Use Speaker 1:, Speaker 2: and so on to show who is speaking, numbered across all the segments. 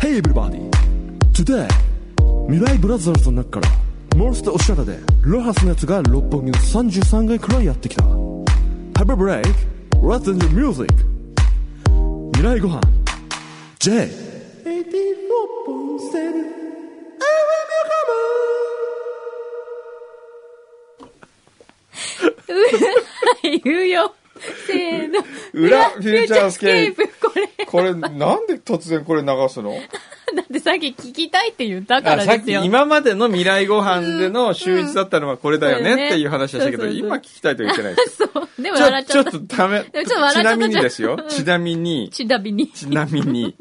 Speaker 1: Hey everybody! Today! 未来ブラザーズの中からモルスとおしゃれでロハスのやつが六本木の33階くらいやってきた Have a break! Let's enjoy music! 未来ご飯 J!
Speaker 2: 言うよ。せーの。
Speaker 3: 裏フューチャースケー
Speaker 2: フューチャースケープ。これ。
Speaker 3: これ、なんで突然これ流 すの
Speaker 2: だってさっき聞きたいって言ったか
Speaker 3: あ
Speaker 2: ら
Speaker 3: さっ
Speaker 2: です
Speaker 3: き
Speaker 2: よ。
Speaker 3: 今までの未来ご飯での週一だったのはこれだよ
Speaker 2: うんうん
Speaker 3: ねっていう話でしたけど、
Speaker 2: そうそうそう
Speaker 3: 今聞きたいと言ってないです。
Speaker 2: そう。でも 笑っちゃっ
Speaker 3: ち
Speaker 2: た
Speaker 3: ょちょ。っとダメ。
Speaker 2: でもちょっと笑っちゃった
Speaker 3: なみにですよ
Speaker 2: うん。
Speaker 3: ちなみに、
Speaker 2: ちなみに。
Speaker 3: ちなみに、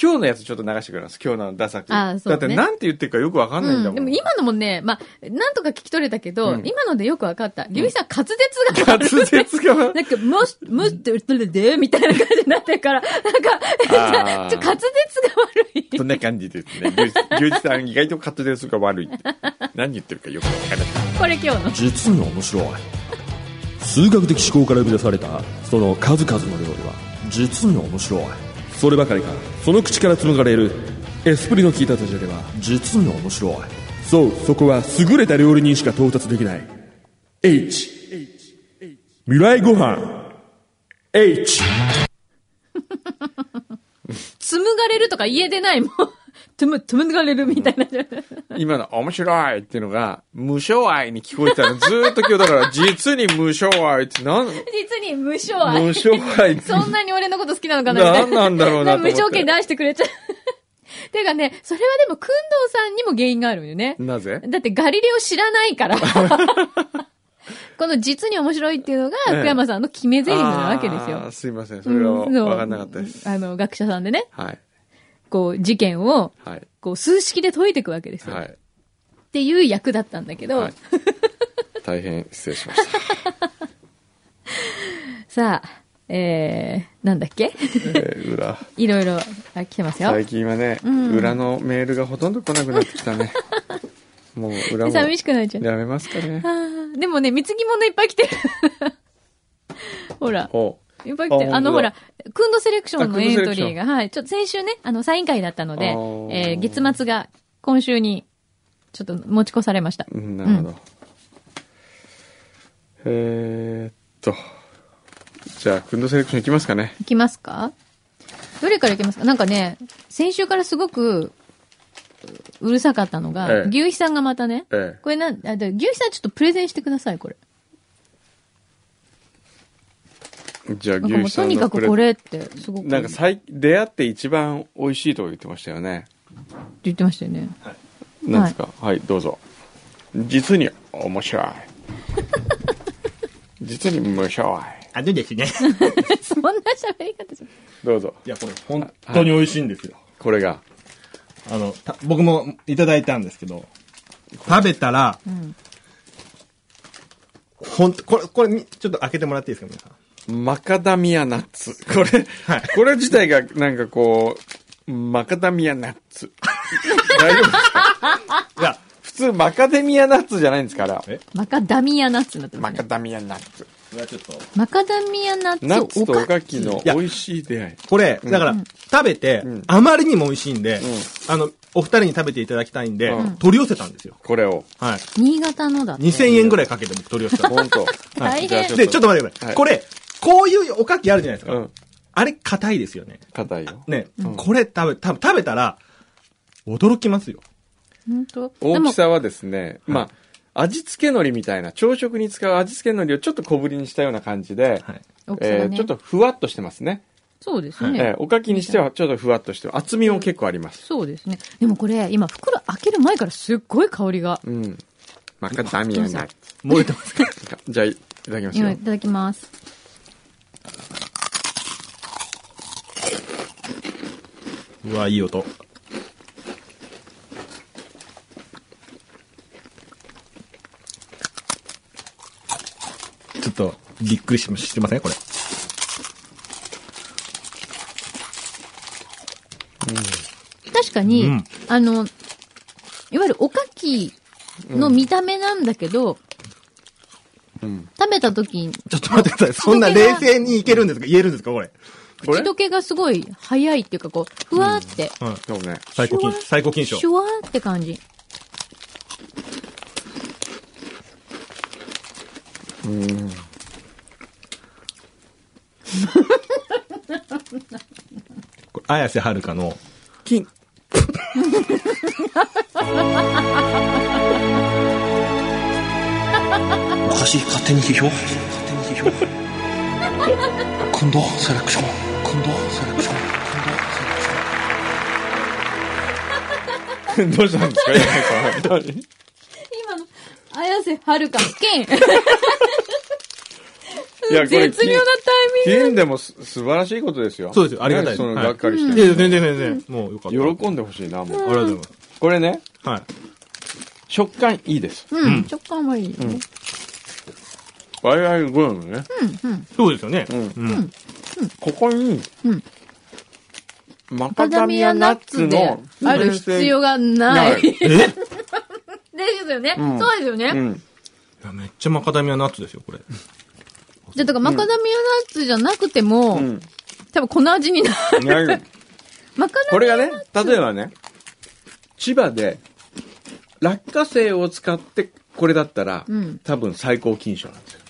Speaker 3: 今日のやつちょっと流してくれます。今日のダサく。
Speaker 2: あーそうね
Speaker 3: だってなんて言ってるかよくわかんないんだ
Speaker 2: うん、
Speaker 3: もん。
Speaker 2: でも今のもね、まあ、なんとか聞き取れたけど、
Speaker 3: うん
Speaker 2: 今のでよくわかった。リュウイさん滑舌が
Speaker 3: 滑
Speaker 2: 悪い。
Speaker 3: 舌が。
Speaker 2: なんか、もし、もしって言ってるで、みたいな感じになってるから、なんか、
Speaker 3: あー
Speaker 2: ちょっと滑舌が悪い。
Speaker 3: そんな感じですね。牛一さん意外と滑舌が悪いって。何言ってるかよくわからない。
Speaker 2: これ今日の。
Speaker 1: 実に面白い数学的思考から生み出されたその数々の料理は実に面白いそればかりかその口から紡がれるエスプリの効いたダジャレは実に面白いそうそこは優れた料理人しか到達できない H 未来ご飯 H
Speaker 2: 紡がれるとか言えてないもん。つむ、紡がれるみたいな。
Speaker 3: 今の面白いっていうのが、無償愛に聞こえてたの。ずーっと今日だから、実に無償愛って なん、
Speaker 2: 実に無償
Speaker 3: 無
Speaker 2: 愛。
Speaker 3: 償愛って。
Speaker 2: そんなに俺のこと好きなのかなみたいな。
Speaker 3: なんなんだろうなと思
Speaker 2: 無
Speaker 3: って
Speaker 2: 条件出してくれちゃう。 てかね、それはでも、くんどうさんにも原因があるよね。
Speaker 3: なぜ
Speaker 2: だってガリレオ知らないから。 この実に面白いっていうのが、
Speaker 3: ええ
Speaker 2: 福山さんの決め台詞なわけです
Speaker 3: あー
Speaker 2: よ。
Speaker 3: すいません。それは
Speaker 2: うんそう
Speaker 3: 分かんなかったです。
Speaker 2: あの、学者さんでね、
Speaker 3: はい。
Speaker 2: こう、事件を、
Speaker 3: はい。
Speaker 2: こう、数式で解いていくわけですよ。
Speaker 3: はい。
Speaker 2: っていう役だったんだけど、
Speaker 3: はい。大変失礼しました。
Speaker 2: さあ、えー、なんだっけ
Speaker 3: えー裏。
Speaker 2: いろいろ、あ、来てますよ。
Speaker 3: 最近はね、裏のメールがほとんど来なくなってきたね。もう裏も
Speaker 2: 寂しくなっちゃう。
Speaker 3: やめますかね
Speaker 2: あ。ー でもね、貢ぎ物いっぱい来てる。 ほら。
Speaker 3: お
Speaker 2: いっぱい来てる。
Speaker 3: あ
Speaker 2: あの、ほ
Speaker 3: 本
Speaker 2: ら、
Speaker 3: 当だ
Speaker 2: クンドセレクションの
Speaker 3: あクン
Speaker 2: エン
Speaker 3: ド
Speaker 2: ト
Speaker 3: セレク
Speaker 2: リ
Speaker 3: ション
Speaker 2: ーが、はい。ちょっと先週ね、あの、サイン会だったので、
Speaker 3: あー
Speaker 2: えー月末が今週に、ちょっと持ち越されました。
Speaker 3: うんなるほど。えーっと。じゃあ、くんどセレクションいきますかね。
Speaker 2: いきますかどれからいきますかなんかね、先週からすごく、ううるさかったのが、
Speaker 3: ええ
Speaker 2: 牛肥さんがまたね、
Speaker 3: ええ
Speaker 2: これなん、あ、で牛肥さんちょっとプレゼンしてください、これ。
Speaker 3: じゃあ、
Speaker 2: な
Speaker 3: 牛
Speaker 2: んかもう
Speaker 3: 肥さ
Speaker 2: と
Speaker 3: ん
Speaker 2: にか
Speaker 3: の
Speaker 2: く
Speaker 3: プレ
Speaker 2: これって、すごく。
Speaker 3: なんか最、出会って一番美味しいとか言ってましたよね。
Speaker 2: って言ってましたよね。
Speaker 3: なんですかはい、どうぞ。実に面白い。 実に無償い。
Speaker 4: あのですね。
Speaker 2: そんな喋り方じゃん。
Speaker 3: どうぞ。
Speaker 4: いや、これ本当に美味しいんですよ。
Speaker 3: これが。
Speaker 4: あの、た僕もいただいたんですけど、食べたら、ほんと、これ、これに、ちょっと開けてもらっていいですか、皆さん。
Speaker 3: マカダミアナッツ。これ、
Speaker 4: はい
Speaker 3: これ自体がなんかこう、マカダミアナッツ。大丈夫ですか
Speaker 4: いや、
Speaker 3: 普通マカデミアナッツじゃないんですから。
Speaker 4: え
Speaker 2: マカダミアナッツになってま
Speaker 3: マ
Speaker 2: す
Speaker 3: カ
Speaker 2: ね。
Speaker 3: ダミアナッツ。
Speaker 4: これはちょっと。
Speaker 2: マカダミアナッツ
Speaker 3: ナッツとお
Speaker 2: おか
Speaker 3: か
Speaker 2: き。
Speaker 3: き
Speaker 4: い
Speaker 3: の
Speaker 4: や
Speaker 3: 美味しい出会い。
Speaker 4: これ、だから、食べて、あまりにも美味しいんで、あの、お二人に食べていただきたいんで、
Speaker 3: うん
Speaker 4: 取り寄せたんですよ。
Speaker 3: これを。
Speaker 4: はい。
Speaker 2: 新潟のだ。
Speaker 4: 2000円ぐらいかけて僕取り寄せたんで
Speaker 3: ほんと。
Speaker 2: 大変
Speaker 3: じゃあ
Speaker 4: す。で、ちょっと待ってください。
Speaker 3: はい
Speaker 4: これ、こういうおかきあるじゃないですか。
Speaker 3: うん。
Speaker 4: あれ、硬いですよね。
Speaker 3: 硬いよ。
Speaker 4: ね、これ食べ、多分食べたら、驚きますよ。
Speaker 2: 本当
Speaker 3: 大きさはですね、まあ、味付け海苔みたいな、朝食に使う味付け海苔をちょっと小ぶりにしたような感じで、
Speaker 4: はい。
Speaker 2: 大きさがね
Speaker 3: えーちょっとふわっとしてますね。
Speaker 2: そうです
Speaker 3: え
Speaker 2: ね
Speaker 3: ー。おかきにしてはちょっとふわっとして、厚みも結構あります。
Speaker 2: そうですね。でもこれ、今、袋開ける前からすっごい香りが。
Speaker 3: うん。マカダミアナッツ。
Speaker 4: 漏れてますか
Speaker 3: じゃあ、いただきます
Speaker 2: 今、
Speaker 3: よ
Speaker 2: い。ただきます。
Speaker 4: うわ、いい音。ちょっと、びっくりしましてませんこれ。
Speaker 2: 確かに、
Speaker 4: うん
Speaker 2: あの、いわゆるおかきの見た目なんだけど、
Speaker 3: うん
Speaker 2: 食べた時に、
Speaker 4: ちょっと待ってください。そんな冷静にいけるんですか言えるんですかこれ。
Speaker 2: 口どけがすごい早いっていうか、こう、ふわーって、
Speaker 4: うん。
Speaker 3: そうね。
Speaker 4: 最高金、最高金賞
Speaker 2: シ。ュワーって感じ。
Speaker 4: これ綾瀬はるか の、
Speaker 3: 金。
Speaker 5: おかしい勝手に批評勝手に批評近藤セレクション近藤セレクション近藤セレクション
Speaker 3: どうしたんですか柳さん本当に
Speaker 2: 今の、綾瀬はるか、ケン
Speaker 3: いやこれ
Speaker 2: 絶妙なタイミング。
Speaker 3: 金でもす素晴らしいことですよ。
Speaker 4: そうですよありがたい
Speaker 3: ねその、
Speaker 4: はい
Speaker 3: がっかりし
Speaker 4: い
Speaker 3: て。
Speaker 4: や、全然全然。もうよかった。
Speaker 3: 喜んでほしいな、
Speaker 4: ありが
Speaker 3: もう。
Speaker 4: とうござい
Speaker 3: これね、
Speaker 4: ます。はい。
Speaker 3: 食感いいです。
Speaker 2: うん、食感はいいよね。
Speaker 3: 我々好みのね、
Speaker 4: そうですよね。
Speaker 3: う
Speaker 4: うん。
Speaker 3: ここに、
Speaker 2: うん
Speaker 3: マカ
Speaker 2: マ
Speaker 3: ダ
Speaker 2: ダ
Speaker 3: ミ
Speaker 2: ミ
Speaker 3: ア
Speaker 2: ア
Speaker 3: ナ
Speaker 2: ナ
Speaker 3: ッ
Speaker 2: ッ
Speaker 3: ツ
Speaker 2: ツ
Speaker 3: の
Speaker 2: で、ある必要がない。
Speaker 3: な
Speaker 2: で
Speaker 3: い
Speaker 4: え
Speaker 2: すよね。
Speaker 3: ん
Speaker 2: そうですよね。
Speaker 3: うん。
Speaker 4: いやめっちゃマカダミアナッツですよ、これ。
Speaker 2: じゃあ、だからマカダミアナッツじゃなくても、
Speaker 3: うん。
Speaker 2: 多分この味になる。
Speaker 3: ない
Speaker 2: マカ
Speaker 3: こ
Speaker 2: ダミ
Speaker 3: れ
Speaker 2: ア
Speaker 3: がね、例えばね、千葉で、落花生を使ってこれだったら、
Speaker 2: うん
Speaker 3: 多分最高金賞なんですよ。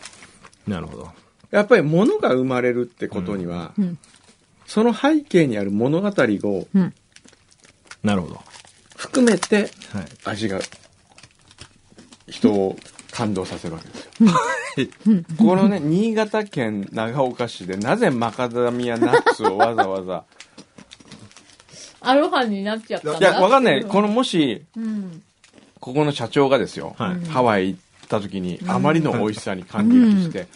Speaker 4: なるほど。
Speaker 3: やっぱり物が生まれるってことには、
Speaker 2: うんうん
Speaker 3: その背景にある物語を
Speaker 2: うん。
Speaker 4: なるほど。は
Speaker 3: 含めて
Speaker 4: い。
Speaker 3: 味が人を感動させるわけですよ。この ね、新潟県長岡市でなぜマカダミアナッツをわざわ ざ。
Speaker 2: アロハになっちゃったんだ。
Speaker 3: いや、わかんない。このもし、
Speaker 2: うん。
Speaker 3: ここの社長がですよ、
Speaker 4: はい
Speaker 3: ハワイ行った時に、あまりの美味しさに感激して、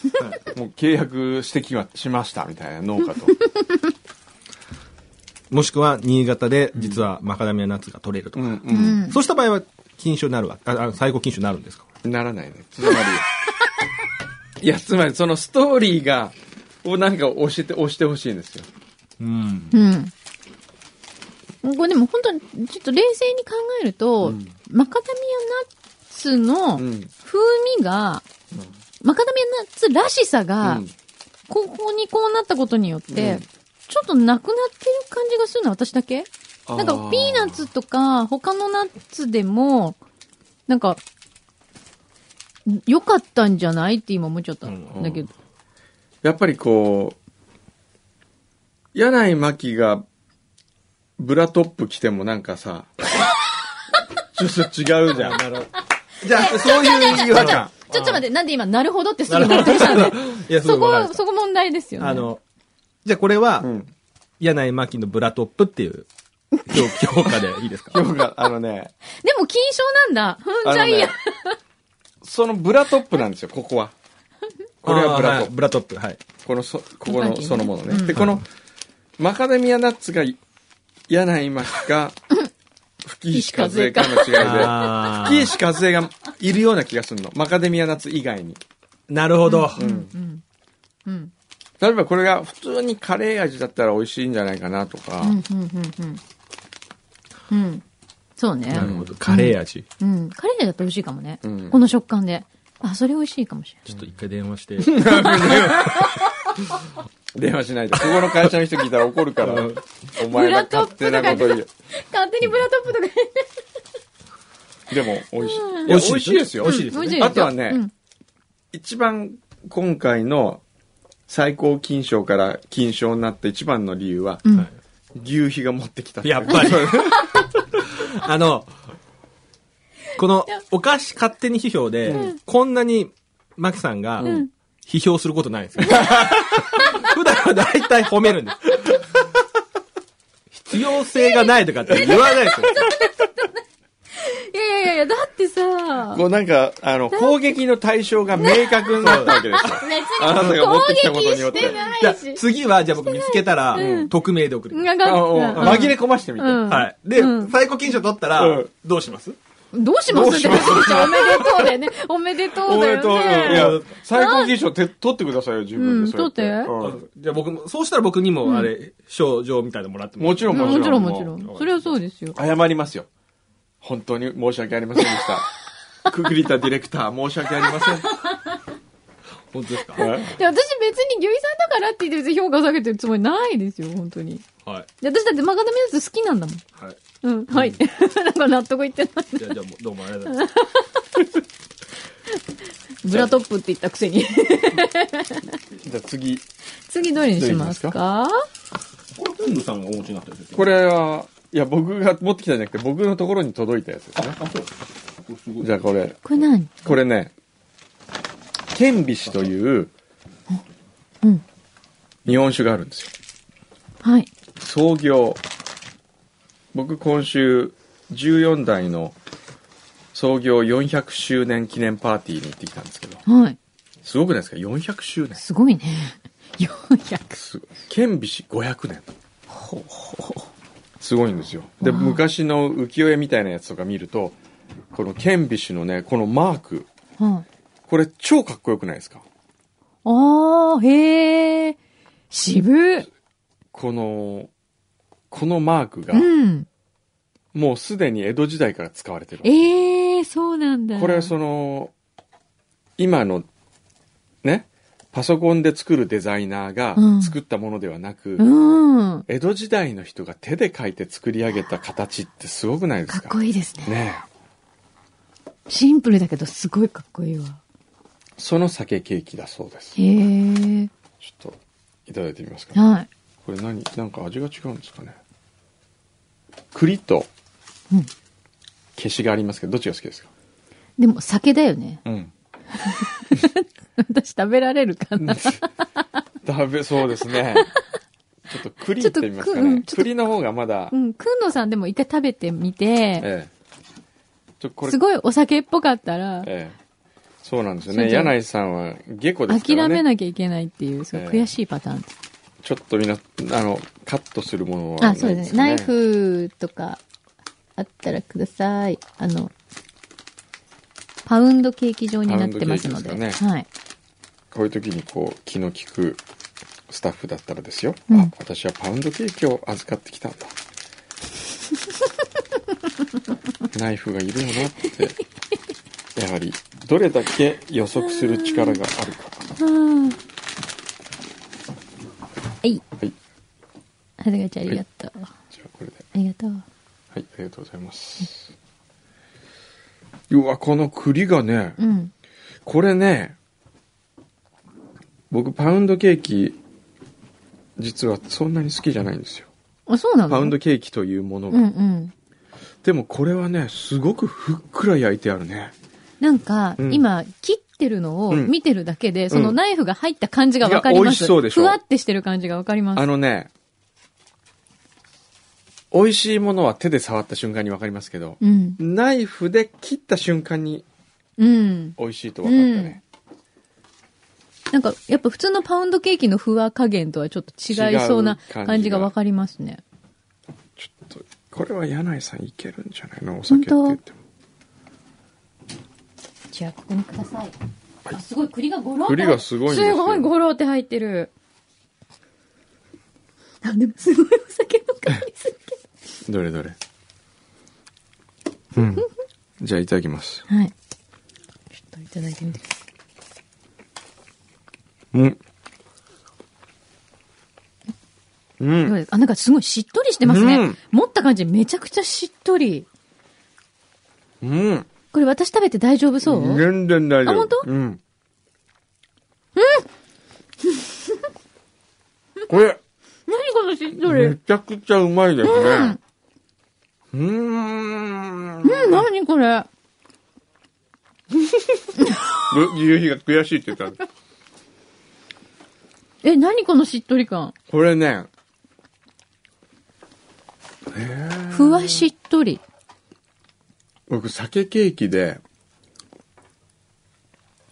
Speaker 3: もう契約してきはしましたみたいな農家と。
Speaker 4: もしくは、新潟で、実はマカダミアナッツが取れると
Speaker 3: う
Speaker 4: か。
Speaker 3: ん
Speaker 4: そうした場合は、金賞になるわ。あ、あ最高金賞になるんですか
Speaker 3: うん。ならないね。つまり、 いや、つまりそのストーリーが、をなんか教えて、押してほしいんですよ。
Speaker 4: うん。
Speaker 2: うん。これでも本当に、ちょっと冷静に考えると、マカダミアナッツの
Speaker 3: うん
Speaker 2: 風味が、マカダミアナッツらしさが、
Speaker 3: うん
Speaker 2: ここにこうなったことによって、
Speaker 3: うん
Speaker 2: ちょっとなくなってる感じがするの、私だけ
Speaker 3: あー
Speaker 2: なんか、ピーナッツとか、他のナッツでも、なんか、良かったんじゃないって今思っちゃったんだけど。
Speaker 3: やっぱりこう、柳井真紀が、ブラトップ着てもなんかさ、 ちょっと違うじゃん。
Speaker 4: じゃあ、そういう違和感。
Speaker 2: ちょっと待って、なんで今、なるほどってすぐ言ってきたんで。
Speaker 4: いや、そう
Speaker 2: そ
Speaker 4: わかりま
Speaker 2: こ、
Speaker 4: し
Speaker 2: そこ問題ですよ
Speaker 4: た
Speaker 2: ね。
Speaker 4: あの、じゃあこれは
Speaker 3: う、ん。
Speaker 4: 柳井真紀のブラトップって いう評評価でいいです か
Speaker 3: 今日が、あのね、
Speaker 2: でも、金賞なんだ。ふん、じゃあいいや。
Speaker 3: あのねそのブラトップなんですよ、ここは。これはブラ
Speaker 4: あー
Speaker 3: トッ
Speaker 4: い
Speaker 3: プ。
Speaker 4: ブラトップ、はい。
Speaker 3: このそ、ここのそのものね。
Speaker 2: うん
Speaker 3: で、この、マカデミアナッツ が、柳井真紀か、吹石和恵かの違いで、
Speaker 4: あ
Speaker 3: 吹石和恵がいるような気がするの。マカデミアナッツ以外に。
Speaker 4: ーなるほど。
Speaker 2: うん。うん。
Speaker 3: 例えばこれが普通にカレー味だったら美味しいんじゃないかなとか、
Speaker 2: うん、うん、うん、うん。うん。そうね
Speaker 4: な。るほど。カレー味。
Speaker 2: うん。カレーだと美味しいかもね
Speaker 3: ん。
Speaker 2: この食感で。あ、それ美味しいかもしれない。
Speaker 4: ちょっと一回電話して。
Speaker 3: 電話しないで。ここの会社の人聞いたら怒るから、お前が勝手なこと言う。
Speaker 2: 勝手にブラトップとか
Speaker 3: でも美味しい。いや
Speaker 4: 美味しい
Speaker 3: 美味しいですよ。
Speaker 4: 美味しいです
Speaker 2: 美
Speaker 4: よね
Speaker 2: 味しいですよ
Speaker 3: あとはね
Speaker 2: うん
Speaker 3: 一番今回の最高金賞から金賞になった一番の理由は、
Speaker 4: はい
Speaker 3: 牛皮が持ってきた。
Speaker 4: やっぱり。あの、この、お菓子勝手に批評で、こんなに、マキさんが、批評することないんですよ。 普段は大体褒めるんです。必要性がないとかって言わないですよ。
Speaker 2: いやいやいや、だってさ、
Speaker 3: こうなんか、あの、攻撃の対象が明確になったわけですよ。
Speaker 2: 別に
Speaker 3: あなたが持ってきた
Speaker 2: 攻
Speaker 3: こと
Speaker 2: 撃
Speaker 3: によっ
Speaker 2: してて
Speaker 4: じゃ
Speaker 2: ない
Speaker 4: あ
Speaker 2: し。
Speaker 4: 次は、じゃあ僕見つけたら、匿名で送る。
Speaker 2: なん
Speaker 3: あ
Speaker 2: か
Speaker 3: おう
Speaker 2: うん
Speaker 3: 紛れ込ましてみて。
Speaker 2: うん
Speaker 4: はい。で
Speaker 2: う、ん
Speaker 4: 最高金賞取った
Speaker 3: う
Speaker 4: ら
Speaker 3: ん、
Speaker 4: どうします
Speaker 2: どうしますって話でしょおめでとうだよね。おめでとうだ
Speaker 3: とうい
Speaker 2: よね。
Speaker 3: や、最高金賞て取ってくださいよ、自分で。
Speaker 2: うん
Speaker 3: そうや
Speaker 2: 取
Speaker 3: うん
Speaker 4: じゃあ僕も、そうしたら僕にも、あれ、賞状みたいなのもらっても
Speaker 3: もちろん、
Speaker 2: もちろんもちろ
Speaker 3: も
Speaker 2: ん。それはそうですよ。
Speaker 3: う謝りますよ。本当に申し訳ありませんでした。くぐりたディレクター、申し訳ありません。
Speaker 4: 本当ですか
Speaker 2: で私別に牛さんだからって言って別に評価を下げてるつもりないですよ、本当に。
Speaker 4: はい。
Speaker 2: で私だってマカダミアナッツ好きなんだもん。
Speaker 4: はい。
Speaker 2: うん、はい。 なんか納得いってない。
Speaker 4: じゃあ、じゃあもう、どうもありがとうございます。
Speaker 2: ブラトップって言ったくせに。
Speaker 3: じゃあ次。
Speaker 2: 次どれにしますか
Speaker 4: これ、本部さんがお持ちになってるんですよ。
Speaker 3: これは、いや、僕が持ってきたんじゃなくて、僕のところに届いたやつですね。
Speaker 4: あ、そう。これすごい。
Speaker 3: じゃあこれ、
Speaker 2: これ何
Speaker 3: これね、剣美酒という
Speaker 2: うん。
Speaker 3: 日本酒があるんですよ。
Speaker 2: はい。
Speaker 3: 創業。僕今週、14代の創業400周年記念パーティーに行ってきたんですけど、
Speaker 2: はい。
Speaker 3: すごくないですか ?400 周年。
Speaker 2: すごいね。400。
Speaker 3: すごい。剣美氏500年。すごいんですよ。で、昔の浮世絵みたいなやつとか見ると、この剣美氏のね、このマーク、
Speaker 2: はい。
Speaker 3: これ超かっこよくないですか
Speaker 2: あー、へー。渋。
Speaker 3: この、このマークが
Speaker 2: う、ん。
Speaker 3: もうすでに江戸時代から使われてる。
Speaker 2: えー、そうなんだ。
Speaker 3: これはその、今の、ね、パソコンで作るデザイナーが
Speaker 2: うん
Speaker 3: 作ったものではなく、
Speaker 2: うん。
Speaker 3: 江戸時代の人が手で描いて作り上げた形ってすごくないで
Speaker 2: か
Speaker 3: す
Speaker 2: っ
Speaker 3: か
Speaker 2: こいいですね。
Speaker 3: ねえ
Speaker 2: シンプルだけどすごいかっこいいわ。
Speaker 3: その酒ケーキだそうです。
Speaker 2: へー。
Speaker 3: ちょっと、いただいてみますか、
Speaker 2: はい。
Speaker 3: これ何なんか味が違うんですかね栗と
Speaker 2: うん、
Speaker 3: 消しがありますけど、どっちが好きですか
Speaker 2: でも酒だよね。
Speaker 3: うん。
Speaker 2: 私食べられるかな。
Speaker 3: 食べ、そうで すね。ちょっと栗い
Speaker 2: ちょ
Speaker 3: っ
Speaker 2: っと
Speaker 3: てみますか
Speaker 2: うん
Speaker 3: ね。
Speaker 2: ちょっと
Speaker 3: 栗の方がまだ、
Speaker 2: うん。くんのさんでも一回食べてみて、
Speaker 3: ええ。ちょ、これ
Speaker 2: す、ごいお酒っぽかったら、
Speaker 3: ええ。そうなんですよ
Speaker 2: それ
Speaker 3: ね。
Speaker 2: じゃあ
Speaker 3: 柳井さんは、下戸ですか
Speaker 2: 諦
Speaker 3: らね。
Speaker 2: めなきゃいけないっていう、すごい悔しいパターン。
Speaker 3: ちょっとみんな、あの、カットするものはない
Speaker 2: あ、
Speaker 3: んです
Speaker 2: そう
Speaker 3: よ、
Speaker 2: ですね。ナイフとか、あったらください。あの、パウンドケーキ状になってますので。
Speaker 3: パウンドケーキです
Speaker 2: はい。
Speaker 3: こういう時にこう気の利くスタッフだったらですよ、
Speaker 2: うん
Speaker 3: あ私はパウンドケーキを預かってき たんだナイフがいるよなってやはりどれだけ予測する力があるか
Speaker 2: うん。はい。
Speaker 3: はい
Speaker 2: はずがちゃんありがとう。あ
Speaker 3: じゃあこれで
Speaker 2: りがとう。
Speaker 3: はいありがとうございますうわこの栗がね
Speaker 2: うん。
Speaker 3: これね僕パウンドケーキ実はそんなに好きじゃないんですよ
Speaker 2: あ、そうなの
Speaker 3: パウンドケーキというものが、
Speaker 2: うんうん。
Speaker 3: でもこれはね、すごくふっくら焼いてあるね。
Speaker 2: なんか、
Speaker 3: うん
Speaker 2: 今、切ってるのを
Speaker 3: うん
Speaker 2: 見てるだけで、その
Speaker 3: うん
Speaker 2: ナイフが入った感じがわかり
Speaker 3: いや
Speaker 2: ま
Speaker 3: 美
Speaker 2: す。
Speaker 3: 味しそうでしょ
Speaker 2: ふわってしてる感じがわかります。
Speaker 3: あのね、美味しいものは手で触った瞬間にわかりますけど、
Speaker 2: うん。
Speaker 3: ナイフで切った瞬間に
Speaker 2: うん。
Speaker 3: 美味しいとわかったね。
Speaker 2: なんか、やっぱ普通のパウンドケーキのふわ加減とはちょっと違いそうな
Speaker 3: 違う感じが
Speaker 2: 感じがわかりますね。
Speaker 3: ちょっと、これは柳井さんいけるんじゃないのお酒って言っても。
Speaker 2: じゃあ、ここにください。あすごい、栗がゴロっと
Speaker 3: 栗がすごいんですよ
Speaker 2: すごいゴロって入ってる。 あ、でもすごいお酒の香りするけ
Speaker 3: どれどれ。うん。じゃあいただきます。
Speaker 2: ど。はい。ちょっといただいてみてください。
Speaker 3: うん。
Speaker 2: ど
Speaker 3: う。
Speaker 2: うんですかあ、なんかすごいしっとりしてますね。
Speaker 3: うん
Speaker 2: 持った感じめちゃくちゃしっとり。
Speaker 3: うん。
Speaker 2: これ私食べて大丈夫そう、
Speaker 3: 全然大丈夫。
Speaker 2: あ本当
Speaker 3: うん。 これ、
Speaker 2: 何このしっとり。う
Speaker 3: め
Speaker 2: ん、
Speaker 3: ちゃくちゃうまいですね。うーん。
Speaker 2: 何これ。
Speaker 3: ん。夕日が悔しいって言った。
Speaker 2: え、何このしっとり感。
Speaker 3: これね、
Speaker 2: ふわしっとり。
Speaker 3: 僕、酒ケーキで、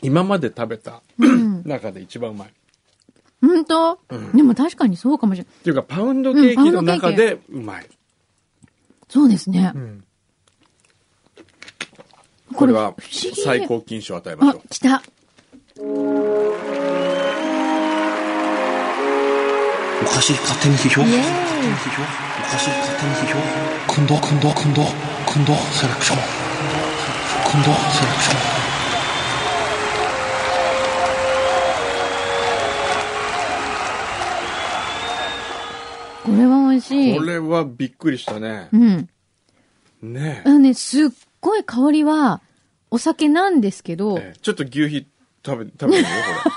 Speaker 3: 今まで食べた
Speaker 2: うん。
Speaker 3: 中で一番うまい。っ
Speaker 2: ほんと、でも確かにそうかもしれない。
Speaker 3: ていうか、パウンドケーキの
Speaker 2: うんパウンドケ
Speaker 3: 中
Speaker 2: ーキ
Speaker 3: でうまい。
Speaker 2: そうですね。
Speaker 3: うん。
Speaker 2: こ
Speaker 3: こ
Speaker 2: れ
Speaker 3: れ
Speaker 2: は
Speaker 3: は
Speaker 2: 不思議
Speaker 3: 最高金賞を与えま
Speaker 2: あ
Speaker 3: しょう、。
Speaker 2: 来た。
Speaker 5: おかしい勝手に批評
Speaker 2: イエーイ
Speaker 5: おかしい勝手に批評今度今度今度今度セレクション今度セレクション
Speaker 2: これは美味しい。
Speaker 3: これはびっくりしたね
Speaker 2: う。ん。
Speaker 3: ね
Speaker 2: あのね、すっごい香りは、お酒なんですけど、
Speaker 3: ええちょっと牛皮食べ、食べるよ、こ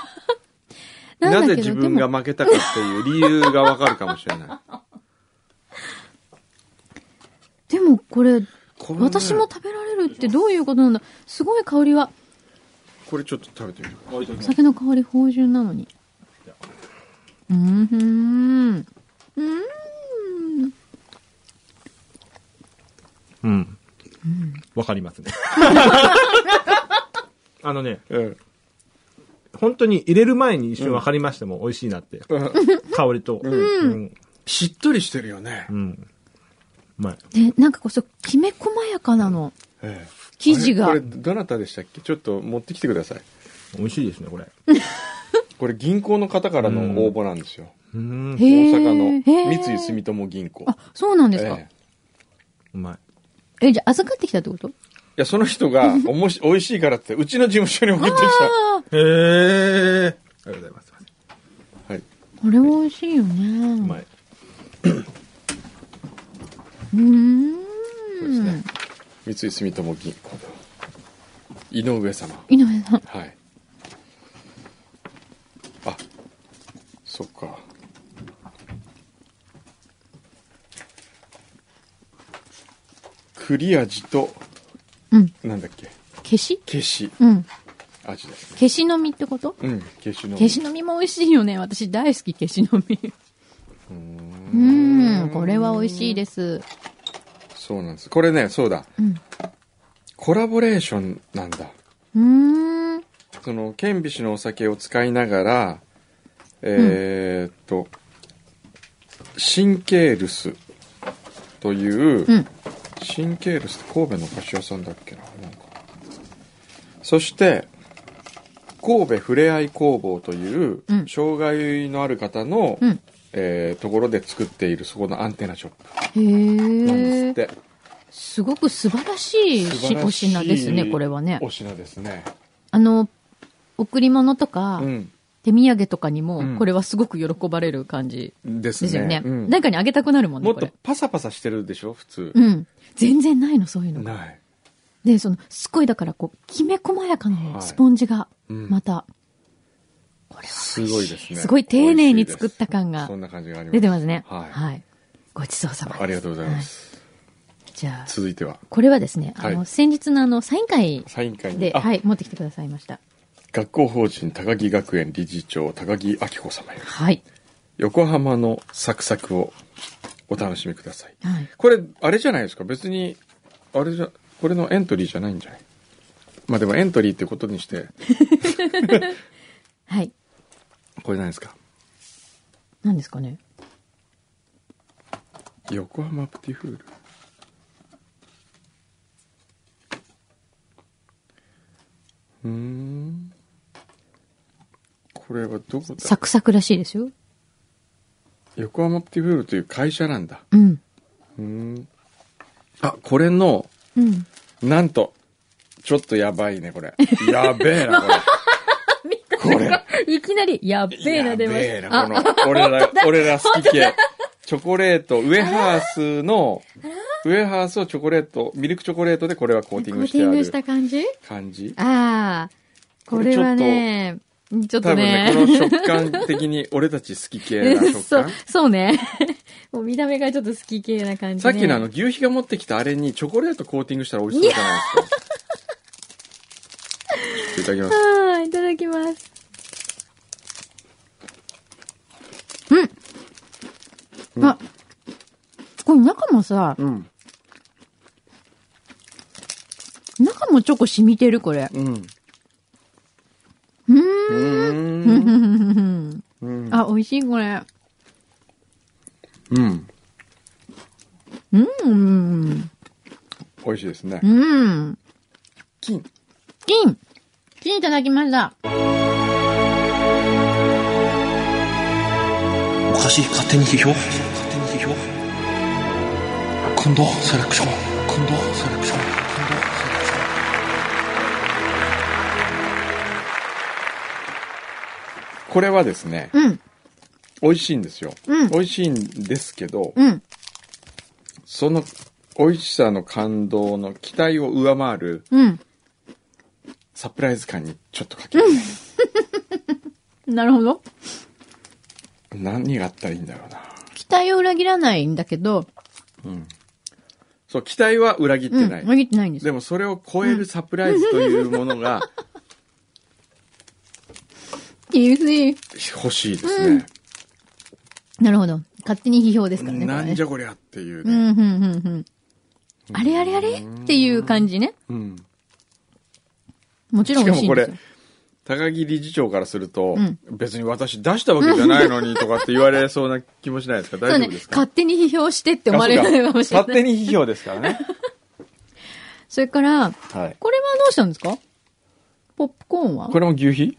Speaker 3: れ。
Speaker 2: な
Speaker 3: なん
Speaker 2: だ
Speaker 3: ぜ
Speaker 2: け
Speaker 3: 自
Speaker 2: ど、で
Speaker 3: 分が
Speaker 2: も、
Speaker 3: 負けたかっていう理由がわかるかもしれない。
Speaker 2: でもこれ、
Speaker 3: これね
Speaker 2: 私も食べられるってどういうことなんだすごい香りは、
Speaker 3: これちょっと食べてみる。
Speaker 2: お酒の香り芳醇なのに。うーん。うーん。
Speaker 4: うん。わかりますね。 あのね、
Speaker 3: うん。
Speaker 4: 本当に入れる前に一瞬わかりましても美味しいなって。 香りと。うん。
Speaker 3: しっとりしてるよね
Speaker 4: う。ん。うまい。
Speaker 2: で、なんかこうそう、きめ細やかなの。
Speaker 3: ええ
Speaker 2: 生地が
Speaker 3: あれこれ、どなたでしたっけちょっと持ってきてください。
Speaker 4: 美味しいですね、これ。
Speaker 3: これ銀行の方からの応募なんですよ。
Speaker 4: うん。う
Speaker 2: へー
Speaker 3: 大阪の三
Speaker 2: へ
Speaker 3: 井
Speaker 2: ー
Speaker 3: 住友銀行。
Speaker 2: あ、そうなんですか。
Speaker 3: え
Speaker 2: え
Speaker 3: え
Speaker 4: まい。
Speaker 2: じゃあ預かってきたってこと
Speaker 3: いや、その 人が、おもし、美味しいからって、うちの事務所に送ってき
Speaker 2: ああ、
Speaker 4: へえ。ありがとうございます。
Speaker 3: た。はい。
Speaker 2: これは美味しいよね。
Speaker 4: うまい。
Speaker 2: うーん。
Speaker 3: そうですね。三井住友銀行。井上様。
Speaker 2: 井上さん。
Speaker 3: はい。あ、そっか。栗味と、
Speaker 2: うん。
Speaker 3: なんだっけ、
Speaker 2: 消し
Speaker 3: 消し
Speaker 2: うん。
Speaker 3: 味ですね。
Speaker 2: 消しの実ってこと
Speaker 3: うん、消しの。
Speaker 2: 消しの実も美味しいよね。私大好き、消しの実。うーん。これは美味しいです。
Speaker 3: そうなんです。これね、そうだ。
Speaker 2: ん
Speaker 3: コラボレーションなんだ。
Speaker 2: うーん。
Speaker 3: その、剣美氏のお酒を使いながら、えーっと、神経留守という、
Speaker 2: うん
Speaker 3: 神経留守って神戸の菓子屋さんだっけななんか。そして、神戸ふれあい工房という、
Speaker 2: うん
Speaker 3: 障害のある方の、
Speaker 2: うん
Speaker 3: えーところで作っているそこのアンテナショップなんです
Speaker 2: へ
Speaker 3: っ
Speaker 2: え。
Speaker 3: て。
Speaker 2: すごく素晴らしいしお品ですね、これはね
Speaker 3: お。品ですね。
Speaker 2: あの、贈り物とか、
Speaker 3: うん。
Speaker 2: 手土産とかに
Speaker 3: う
Speaker 2: も、
Speaker 3: ん
Speaker 2: これはすごく喜ばれる感じ
Speaker 3: です
Speaker 2: ですよね
Speaker 3: ね。。うん
Speaker 2: 誰かにあげたくなるもんね、
Speaker 3: もっ
Speaker 2: ことれ。
Speaker 3: パサパサしてるでしょ普通。
Speaker 2: うん。全然ないの、そういうの。
Speaker 3: ない。
Speaker 2: で、その、すっごいだから、こう、きめ細やかなの
Speaker 3: はい
Speaker 2: スポンジが、
Speaker 3: うん
Speaker 2: また、
Speaker 3: すごいですね。
Speaker 2: すごい丁寧に作った感が
Speaker 3: 美味しいですそんな感じがあります。
Speaker 2: 出てますね。
Speaker 3: はい
Speaker 2: ごちそうさまです。
Speaker 3: ありがとうございま
Speaker 2: は
Speaker 3: す。
Speaker 2: い。じゃあ、
Speaker 3: 続いては、
Speaker 2: これはですね、あ
Speaker 3: はい
Speaker 2: の、先日のあの、サイン会
Speaker 3: サイン会に、
Speaker 2: で、
Speaker 3: あ
Speaker 2: はい、持ってきてくださいました。
Speaker 3: 学校法人高木学園理事長高木明子様より、
Speaker 2: はい。
Speaker 3: 横浜のサクサクをお楽しみください。
Speaker 2: はい。
Speaker 3: これ、あれじゃないですか別に、あれじゃ、これのエントリーじゃないんじゃないまあでもエントリーってことにして、
Speaker 2: はい。
Speaker 3: これなんですか
Speaker 2: 何ですかね。
Speaker 3: 横浜プティフールうーんこれはどこ
Speaker 2: サ
Speaker 3: だ
Speaker 2: クサクらしいですよ。
Speaker 3: 横浜プティフールという会社なんだ
Speaker 2: うん。
Speaker 3: うーんあこれの
Speaker 2: うん。
Speaker 3: なんとちょっとやばいねこれやべえなこれこれ
Speaker 2: いきなり、やっべえな、出ま
Speaker 3: や
Speaker 2: し
Speaker 3: べえ
Speaker 2: た。
Speaker 3: な
Speaker 2: あ、
Speaker 3: この俺ら俺ら好き系チョコレートウエハースのウエハースをチョコレートミルクチョコレートでこれはコー
Speaker 2: コ
Speaker 3: ティング
Speaker 2: ー
Speaker 3: し
Speaker 2: ティングして
Speaker 3: あ
Speaker 2: た
Speaker 3: る
Speaker 2: 感じ
Speaker 3: 感じ
Speaker 2: ああ、これはね、ちょっと
Speaker 3: 多分
Speaker 2: ね、
Speaker 3: ねこの食感的に俺たち好き系な 食
Speaker 2: そう
Speaker 3: 感、
Speaker 2: そうね。もう見た目がちょっと好き系な感じ、ね。
Speaker 3: さっきのあの牛皮が持ってきたあれにチョコレートコーティングしたら美味しそうじゃない ですかいただきます
Speaker 2: あーいただきます。うん。あ、これ中もさ、
Speaker 3: うん
Speaker 2: 中もチョコ染みてる、これ。
Speaker 3: うん
Speaker 2: うー
Speaker 3: うーん
Speaker 2: ん。
Speaker 3: うん
Speaker 2: あ、美味しい、これ。
Speaker 3: うん
Speaker 2: うん。
Speaker 3: 美味しいですね
Speaker 2: うん。
Speaker 3: 金
Speaker 2: 金金いただきました。
Speaker 5: おかしい勝手に批評勝手に批評今度セレクション今度セレクション今度セレクション
Speaker 3: これはですね
Speaker 2: うん。
Speaker 3: 美味しいんですよ、
Speaker 2: うん
Speaker 3: 美味しいんですけど、
Speaker 2: うん。
Speaker 3: その美味しさの感動の期待を上回る
Speaker 2: うん。
Speaker 3: サプライズ感にちょっと欠ける、
Speaker 2: なるほど。
Speaker 3: 何があったらいいんだろうな
Speaker 2: 期待を裏切らないんだけど、
Speaker 3: そう期待は裏切っ
Speaker 2: う
Speaker 3: て
Speaker 2: ん。
Speaker 3: ない、
Speaker 2: 裏切ってないんです
Speaker 3: で。もそれを超えるサプライズというものが
Speaker 2: 厳しい。
Speaker 3: 欲しいですね、
Speaker 2: なるほど。勝手に批評ですからね。これ
Speaker 3: な
Speaker 2: ね
Speaker 3: んじゃこりゃっていう
Speaker 2: う
Speaker 3: ね、
Speaker 2: ん、うん、うん、うん。あれあれあれっていう感じね。
Speaker 3: うん
Speaker 2: もちろん
Speaker 3: し
Speaker 2: 美
Speaker 3: か
Speaker 2: 味
Speaker 3: も
Speaker 2: しい
Speaker 3: こ
Speaker 2: んです
Speaker 3: れ
Speaker 2: よ。
Speaker 3: 高木理事長からすると、
Speaker 2: うん
Speaker 3: 別に私出したわけじゃないのにとかって言われそうな気もしないですか
Speaker 2: そう
Speaker 3: 大丈
Speaker 2: ね
Speaker 3: 夫で。すか
Speaker 2: 勝手に批評してって思われ
Speaker 3: あそう
Speaker 2: るかもしれない。
Speaker 3: 勝手に批評ですからね
Speaker 2: それから、
Speaker 3: はい
Speaker 2: これはどうしたんですかポップコーンは
Speaker 3: これも牛皮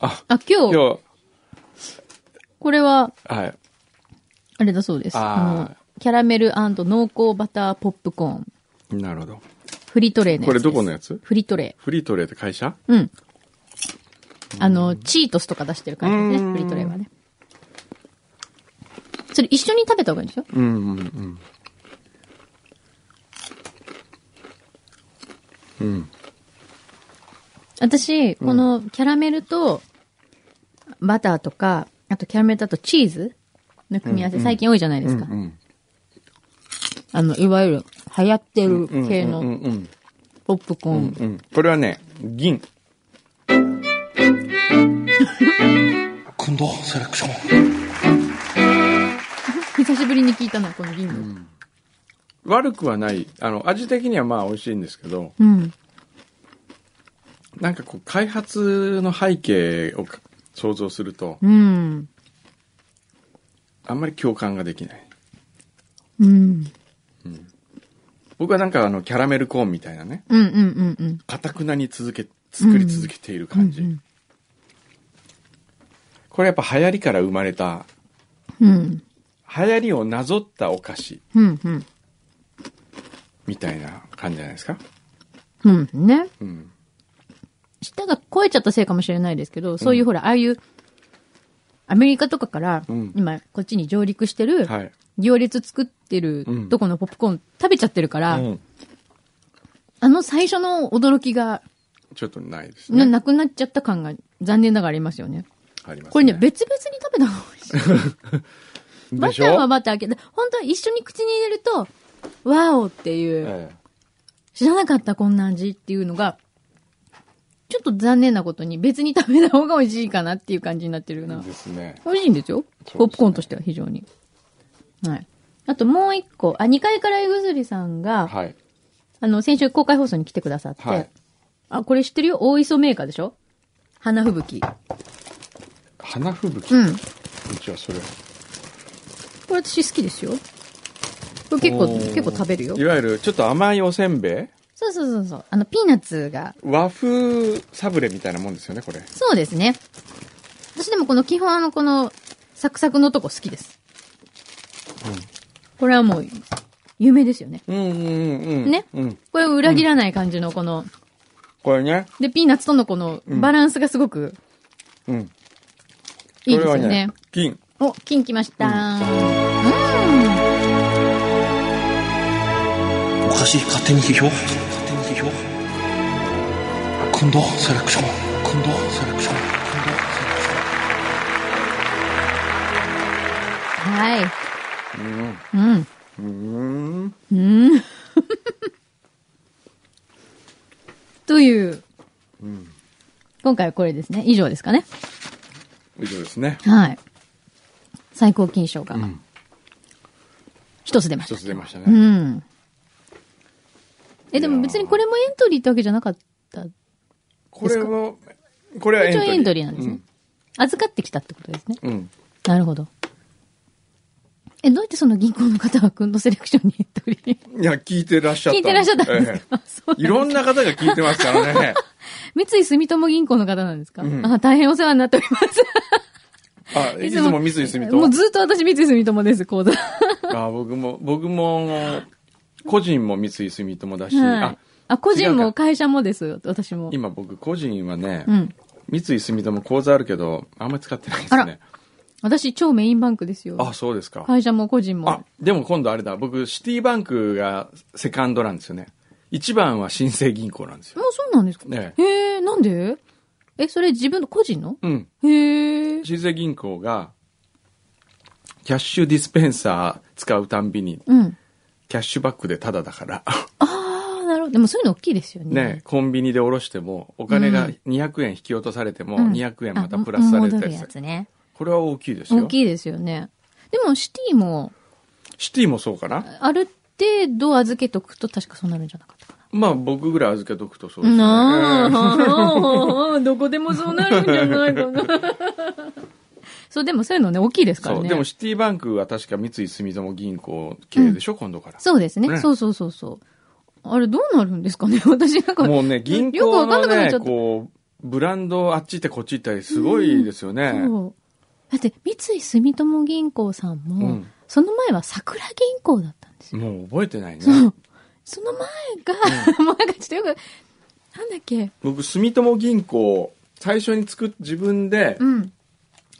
Speaker 2: あ、今日、
Speaker 3: 今日
Speaker 2: これは、
Speaker 3: はい
Speaker 2: あれだそうです。
Speaker 3: あー
Speaker 2: あの、キャラメル濃厚バターポップコーン。
Speaker 3: なるほど
Speaker 2: フリトレーのやつです。
Speaker 3: これどこのやつ
Speaker 2: フリトレ
Speaker 3: フリートレーって会社
Speaker 2: ー。うん。あの、チートスとか出してる感じ
Speaker 3: う
Speaker 2: ね、
Speaker 3: ん
Speaker 2: フリトレーはね。それ一緒に食べた方がいいんでしょ
Speaker 3: うんうんうん
Speaker 2: 私、このキャラメルとバターとか、あとキャラメルとあとチーズの組み合わせ、最近多いじゃないですか。
Speaker 3: うん
Speaker 2: あの、いわゆる流行ってる
Speaker 3: うん
Speaker 2: 系
Speaker 3: うん
Speaker 2: の
Speaker 3: うん
Speaker 2: ポップコーン。
Speaker 3: うんうんこれはね銀
Speaker 5: 今度セレクション
Speaker 2: 久しぶりに聞いたな、この銀の。
Speaker 3: 悪くはないあの味的にはまあ美味しいんですけど
Speaker 2: うん。
Speaker 3: なんかこう開発の背景をか想像すると
Speaker 2: うん。
Speaker 3: あんまり共感ができない
Speaker 2: うん。
Speaker 3: 僕はなんかあのキャラメルコーンみたいなね
Speaker 2: うんうんうんうん。
Speaker 3: かたくなに続け作り続けている感じ、
Speaker 2: うん
Speaker 3: これやっぱ流行りから生まれた
Speaker 2: うん。
Speaker 3: 流行りをなぞったお菓子
Speaker 2: うんうん。
Speaker 3: みたいな感じじゃないですか
Speaker 2: うん。ね。
Speaker 3: うん
Speaker 2: 舌が超えちゃったせいかもしれないですけど、そういうほら、ああいう、アメリカとかから、
Speaker 3: うん
Speaker 2: 今、こっちに上陸してる、
Speaker 3: はい、
Speaker 2: 行列作ってる
Speaker 3: うん
Speaker 2: とこのポップコーン食べちゃってるから、
Speaker 3: うん
Speaker 2: あの最初の驚きが、
Speaker 3: ちょっとないです
Speaker 2: な
Speaker 3: ね
Speaker 2: なくなっちゃった感が残念ながらありますよね。
Speaker 3: ありますね
Speaker 2: これね、別々に食べた方が美味しい。バ
Speaker 3: でし
Speaker 2: ターは
Speaker 3: ょ
Speaker 2: バターけど、本当は一緒に口に入れると、ワオっていう、
Speaker 3: え
Speaker 2: 知らなかったこんな味っていうのが、ちょっと残念なことに別に食べた方が美味しいかなっていう感じになってる
Speaker 3: え
Speaker 2: な。
Speaker 3: ですね
Speaker 2: 美味しいんですよ。
Speaker 3: すね
Speaker 2: ポップコーンとしては非常に。はい。あともう一個、あ、二階からえぐすりさんが、
Speaker 3: はい
Speaker 2: あの、先週公開放送に来てくださって、
Speaker 3: はい
Speaker 2: あ、これ知ってるよ大磯メーカーでしょ花吹雪。
Speaker 3: 花吹雪、
Speaker 2: うん。
Speaker 3: うちはそれ
Speaker 2: これ私好きですよ。これ結構、
Speaker 3: おー
Speaker 2: 結構食べるよ
Speaker 3: い。わゆるちょっと甘いおせんべい
Speaker 2: そうそうそうそう。あの、ピーナッツが
Speaker 3: 和風サブレみたいなもんですよねこれ
Speaker 2: そうですね。私でもこの基本あのこのサクサクのとこ好きです。これはもう有名ですよね。
Speaker 3: うんうんうん
Speaker 2: ね
Speaker 3: うん
Speaker 2: これを裏切らない感じのこの、
Speaker 3: これね
Speaker 2: で、ピーナッツとのこのバランスがすごく
Speaker 3: うん
Speaker 2: いいですよ
Speaker 3: これは
Speaker 2: ね。
Speaker 3: 金
Speaker 2: お、金来ました。うん
Speaker 5: おかしい勝手に批評勝手に批評今度セレクション今度セレクション今度セレクション
Speaker 2: はい。
Speaker 3: うん
Speaker 2: うん。
Speaker 3: うん
Speaker 2: うん。 という、今回はこれですね。以上ですかね。
Speaker 3: 以上ですね
Speaker 2: はい。最高金賞が
Speaker 3: ん。
Speaker 2: 一つ出ました
Speaker 3: 一。つ出ましたね、
Speaker 2: うん。え、
Speaker 3: いやー
Speaker 2: でも別にこれもエントリーってわけじゃなかった。
Speaker 3: これもこれはエン
Speaker 2: 一
Speaker 3: ト
Speaker 2: 応
Speaker 3: リー
Speaker 2: エントリーなんですね。預かってきたってことですね。
Speaker 3: うん、うん
Speaker 2: なるほど。え、どうやってその銀行の方はくんどセレクションにエントリー
Speaker 3: いや、聞いてらっしゃった。
Speaker 2: 聞いてらっしゃったんですか、
Speaker 3: え
Speaker 2: そう
Speaker 3: えいろんな方が聞いてますか らね。
Speaker 2: 三井住友銀行の方なんですか、
Speaker 3: うん
Speaker 2: あ、大変お世話になっております。
Speaker 3: あ、 いつも三井住
Speaker 2: もう
Speaker 3: 友。
Speaker 2: ずっと私三井住友です、講 座。
Speaker 3: あ、僕も、僕も、個人も三井住友だし、
Speaker 2: は
Speaker 3: あ
Speaker 2: い、。あ、個人
Speaker 3: 違う
Speaker 2: も
Speaker 3: か
Speaker 2: 会社もです、私も。
Speaker 3: 今僕個人はね
Speaker 2: う、ん。
Speaker 3: 三井住友口座あるけど、あんまり使ってないで
Speaker 2: あ
Speaker 3: す
Speaker 2: ら
Speaker 3: ね。
Speaker 2: 私、超メインバンクですよ。
Speaker 3: あ、そうですか。
Speaker 2: 会社も個人
Speaker 3: あ
Speaker 2: も。、
Speaker 3: でも今度あれだ。僕、シティバンクがセカンドなんですよね。一番は新生銀行なんですよ。
Speaker 2: もうそうなんですか
Speaker 3: ね
Speaker 2: へえ、なんでえ、それ自分の個人の
Speaker 3: うん。
Speaker 2: へえ。
Speaker 3: 新生銀行が、キャッシュディスペンサー使うたんびに、
Speaker 2: うん。
Speaker 3: キャッシュバックでタダだから、
Speaker 2: ああ、なるほど。でもそういうの大きいですよね。
Speaker 3: ね、コンビニでおろしても、お金が200円引き落とされても、
Speaker 2: うん
Speaker 3: 200円またプラスさ
Speaker 2: あ
Speaker 3: れた
Speaker 2: もう戻
Speaker 3: り
Speaker 2: る
Speaker 3: す
Speaker 2: や
Speaker 3: る。
Speaker 2: つね。
Speaker 3: これは大きいです
Speaker 2: 大
Speaker 3: よ。
Speaker 2: きいですよね。でも、シティも、
Speaker 3: シティもそうかな
Speaker 2: ある程度預けとくと確かそうなるんじゃなかったか
Speaker 3: まあ僕ぐらい預けとくとそうです
Speaker 2: な。
Speaker 3: ね。
Speaker 2: なあ、ど こでもそうなるんじゃないかな。 そう、でもそういうのね、大きいですから
Speaker 3: そう、
Speaker 2: ね。
Speaker 3: でもシティバンクは確か三井住友銀行系でしょ、今度から。
Speaker 2: そうですね。
Speaker 3: ね
Speaker 2: そうそうそうそう。あれ、どうなるんですかね私なんか。
Speaker 3: もうね、銀
Speaker 2: よくわ
Speaker 3: 行
Speaker 2: かんなく
Speaker 3: の
Speaker 2: なっ
Speaker 3: ね
Speaker 2: ちゃ、った。
Speaker 3: こう、ブランドあっち行ってこっち行ったりすごいですよね。
Speaker 2: そうだって、三井住友銀行さんも、
Speaker 3: うん
Speaker 2: その前は桜銀行だったんですよ。
Speaker 3: もう覚えてないね。
Speaker 2: そう。 その前が、もうなんかちょっとよく、なんだっけ。
Speaker 3: 僕、住友銀行、最初に作っ、自分で、
Speaker 2: うん。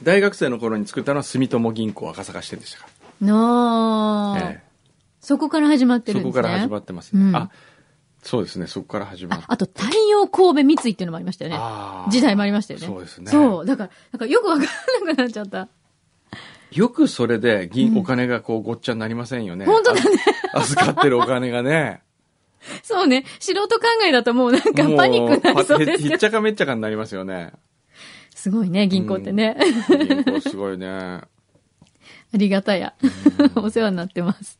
Speaker 3: 大学生の頃に作ったのは住友銀行赤坂支店でしたか
Speaker 2: な
Speaker 3: ら。
Speaker 2: あ、
Speaker 3: え
Speaker 2: そこから始まっ
Speaker 3: え
Speaker 2: てるん
Speaker 3: そ
Speaker 2: ですね。
Speaker 3: こから始まってます
Speaker 2: う
Speaker 3: ね。
Speaker 2: ん
Speaker 3: あ、そうですね、そこから始まっ
Speaker 2: ああと、太陽神戸三井っていうのもありましたよね。
Speaker 3: あー
Speaker 2: 時代もありましたよね。
Speaker 3: そうですね。
Speaker 2: そう。だから、なんかよくわからなくなっちゃった。
Speaker 3: よくそれで銀、お金がこうごっちゃになりませんよね。
Speaker 2: 本当だね。
Speaker 3: あ預かってるお金が ね。
Speaker 2: そうね。素人考えだともうなんかパニックになりそうです
Speaker 3: もうひ
Speaker 2: け
Speaker 3: っ
Speaker 2: ど。
Speaker 3: ちゃかめっちゃかになりますよね。
Speaker 2: すごいね、銀行ってね。
Speaker 3: 銀行すごいね。
Speaker 2: ありがたや。お世話になってます。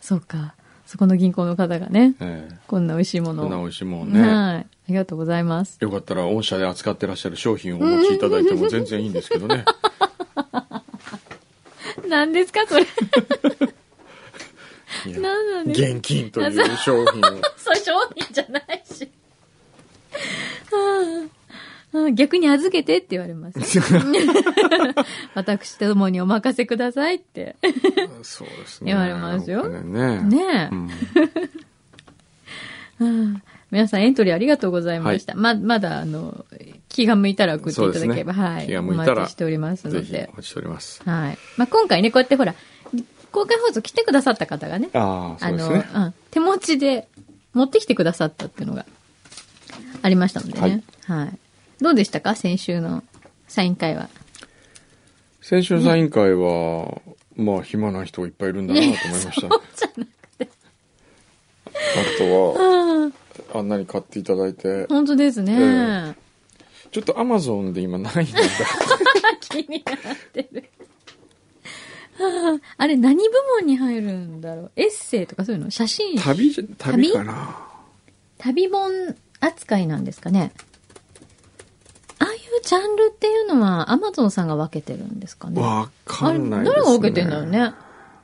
Speaker 2: そうか。そこの銀行の方がね、
Speaker 3: ええ
Speaker 2: こんな美味しいものを。
Speaker 3: そんな美味しいもんね。
Speaker 2: はい。ありがとうございます。
Speaker 3: よかったら、御社で扱ってらっしゃる商品をお持ちいただいても全然いいんですけ どね。
Speaker 2: 何ですか、それ。
Speaker 3: いや
Speaker 2: 何なんですか
Speaker 3: 現金という商品を。
Speaker 2: そう、商品じゃないし。はあはあ逆に預けてって言われ ます。私どもにお任せくださいって。
Speaker 3: そうですね。
Speaker 2: 言われますよ
Speaker 3: お金ね。
Speaker 2: ねえ
Speaker 3: うん
Speaker 2: 皆さんエントリーありがとうございました。ま、まだ、あの、気が向いたら送っていただければ、
Speaker 3: そうですね
Speaker 2: はい。
Speaker 3: 気が向いたら
Speaker 2: お待ちしておりますの
Speaker 3: ぜひ
Speaker 2: で
Speaker 3: お。待ちしております。
Speaker 2: はい。まあ、今回ね、こうやってほら、公開放送来てくださった方がね、
Speaker 3: ああ、そうで
Speaker 2: の、
Speaker 3: すね。
Speaker 2: うん、手持ちで持ってきてくださったっていうのがありましたのでね。はい。どうでしたか先週のサイン会は。
Speaker 3: 先週のサイン会は、まあ、暇な人がいっぱいいるんだなと思いま した。あ
Speaker 2: じゃな
Speaker 3: とは、あんなに買っていただいて、
Speaker 2: 本当ですね。
Speaker 3: えちょっとアマゾンで今ないんだ。
Speaker 2: 気になってる。 はああれ何部門に入るんだろうエッセイとかそういうの写真
Speaker 3: 旅じゃ、旅かな。
Speaker 2: 旅本扱いなんですかねああいうジャンルっていうのはアマゾンさんが分けてるんですかね
Speaker 3: わかんない
Speaker 2: あ
Speaker 3: です、ね。
Speaker 2: れ誰が受けてんだろうね。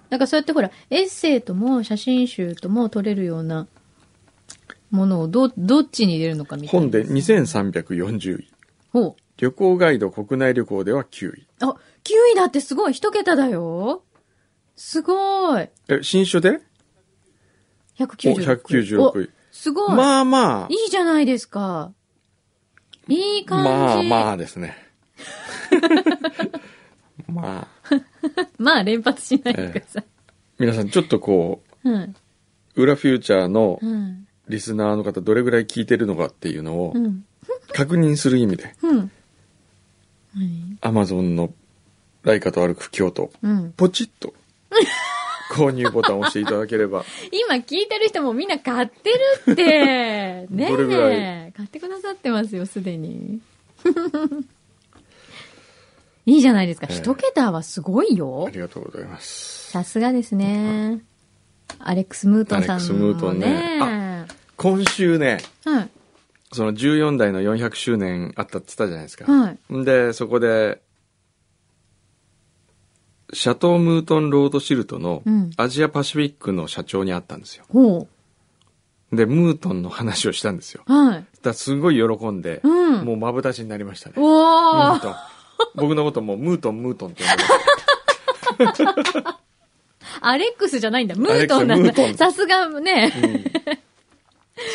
Speaker 2: なんかそうやってほら、エッセイとも写真集とも撮れるようなものをど、どっちに入れるのかみたいな。
Speaker 3: 本で2340位。
Speaker 2: ほう。
Speaker 3: 旅行ガイド国内旅行では9位。
Speaker 2: あ、9位だってすごい一桁だよすごい
Speaker 3: え、新書で
Speaker 2: !196
Speaker 3: お196
Speaker 2: お
Speaker 3: 位
Speaker 2: すごい、
Speaker 3: まあまあ
Speaker 2: い。いじゃないですか。いい感じ。
Speaker 3: まあま
Speaker 2: あ。
Speaker 3: あです ね。まあ、
Speaker 2: まあ連発しないでください。
Speaker 3: 皆さんちょっとこ
Speaker 2: うん。
Speaker 3: う、裏フューチャーの
Speaker 2: うん。
Speaker 3: リスナーの方どれぐらい聞いてるのかっていうのを
Speaker 2: うん。
Speaker 3: 確認する意味で、
Speaker 2: うん。何
Speaker 3: Amazon のライカと歩く京都、
Speaker 2: うん。
Speaker 3: ポチッと購入ボタンを押していただけれ ば、
Speaker 2: 今聞いてる人もみんな買って るって。ね
Speaker 3: どれぐら
Speaker 2: え。買ってくださってますよ、すでに。 いいじゃないですか。
Speaker 3: ええ
Speaker 2: 一桁はすごいよ
Speaker 3: あ。りがとうございます。
Speaker 2: さすがですね。アレックス・ムートンさんも、ね。
Speaker 3: アレックスムートンね今週ね、
Speaker 2: はい。
Speaker 3: その14代の400周年あったって言ったじゃないですか。
Speaker 2: はい。
Speaker 3: で、そこで、シャトー・ムートン・ロード・シルトの
Speaker 2: うん
Speaker 3: アジアパシフィックの社長に会ったんですよ。
Speaker 2: ほ
Speaker 3: で、ムートンの話をしたんですよ。だか
Speaker 2: う。はい。
Speaker 3: らすごい喜んで、
Speaker 2: うん
Speaker 3: もうまぶたしになりましたね。ム
Speaker 2: お
Speaker 3: ー
Speaker 2: ー
Speaker 3: トン。僕のこともムートン、ムートンって呼んでま
Speaker 2: アレックスじゃないんだ。ムートンなん
Speaker 3: アレックスムート
Speaker 2: だ。さ
Speaker 3: ン
Speaker 2: すがね。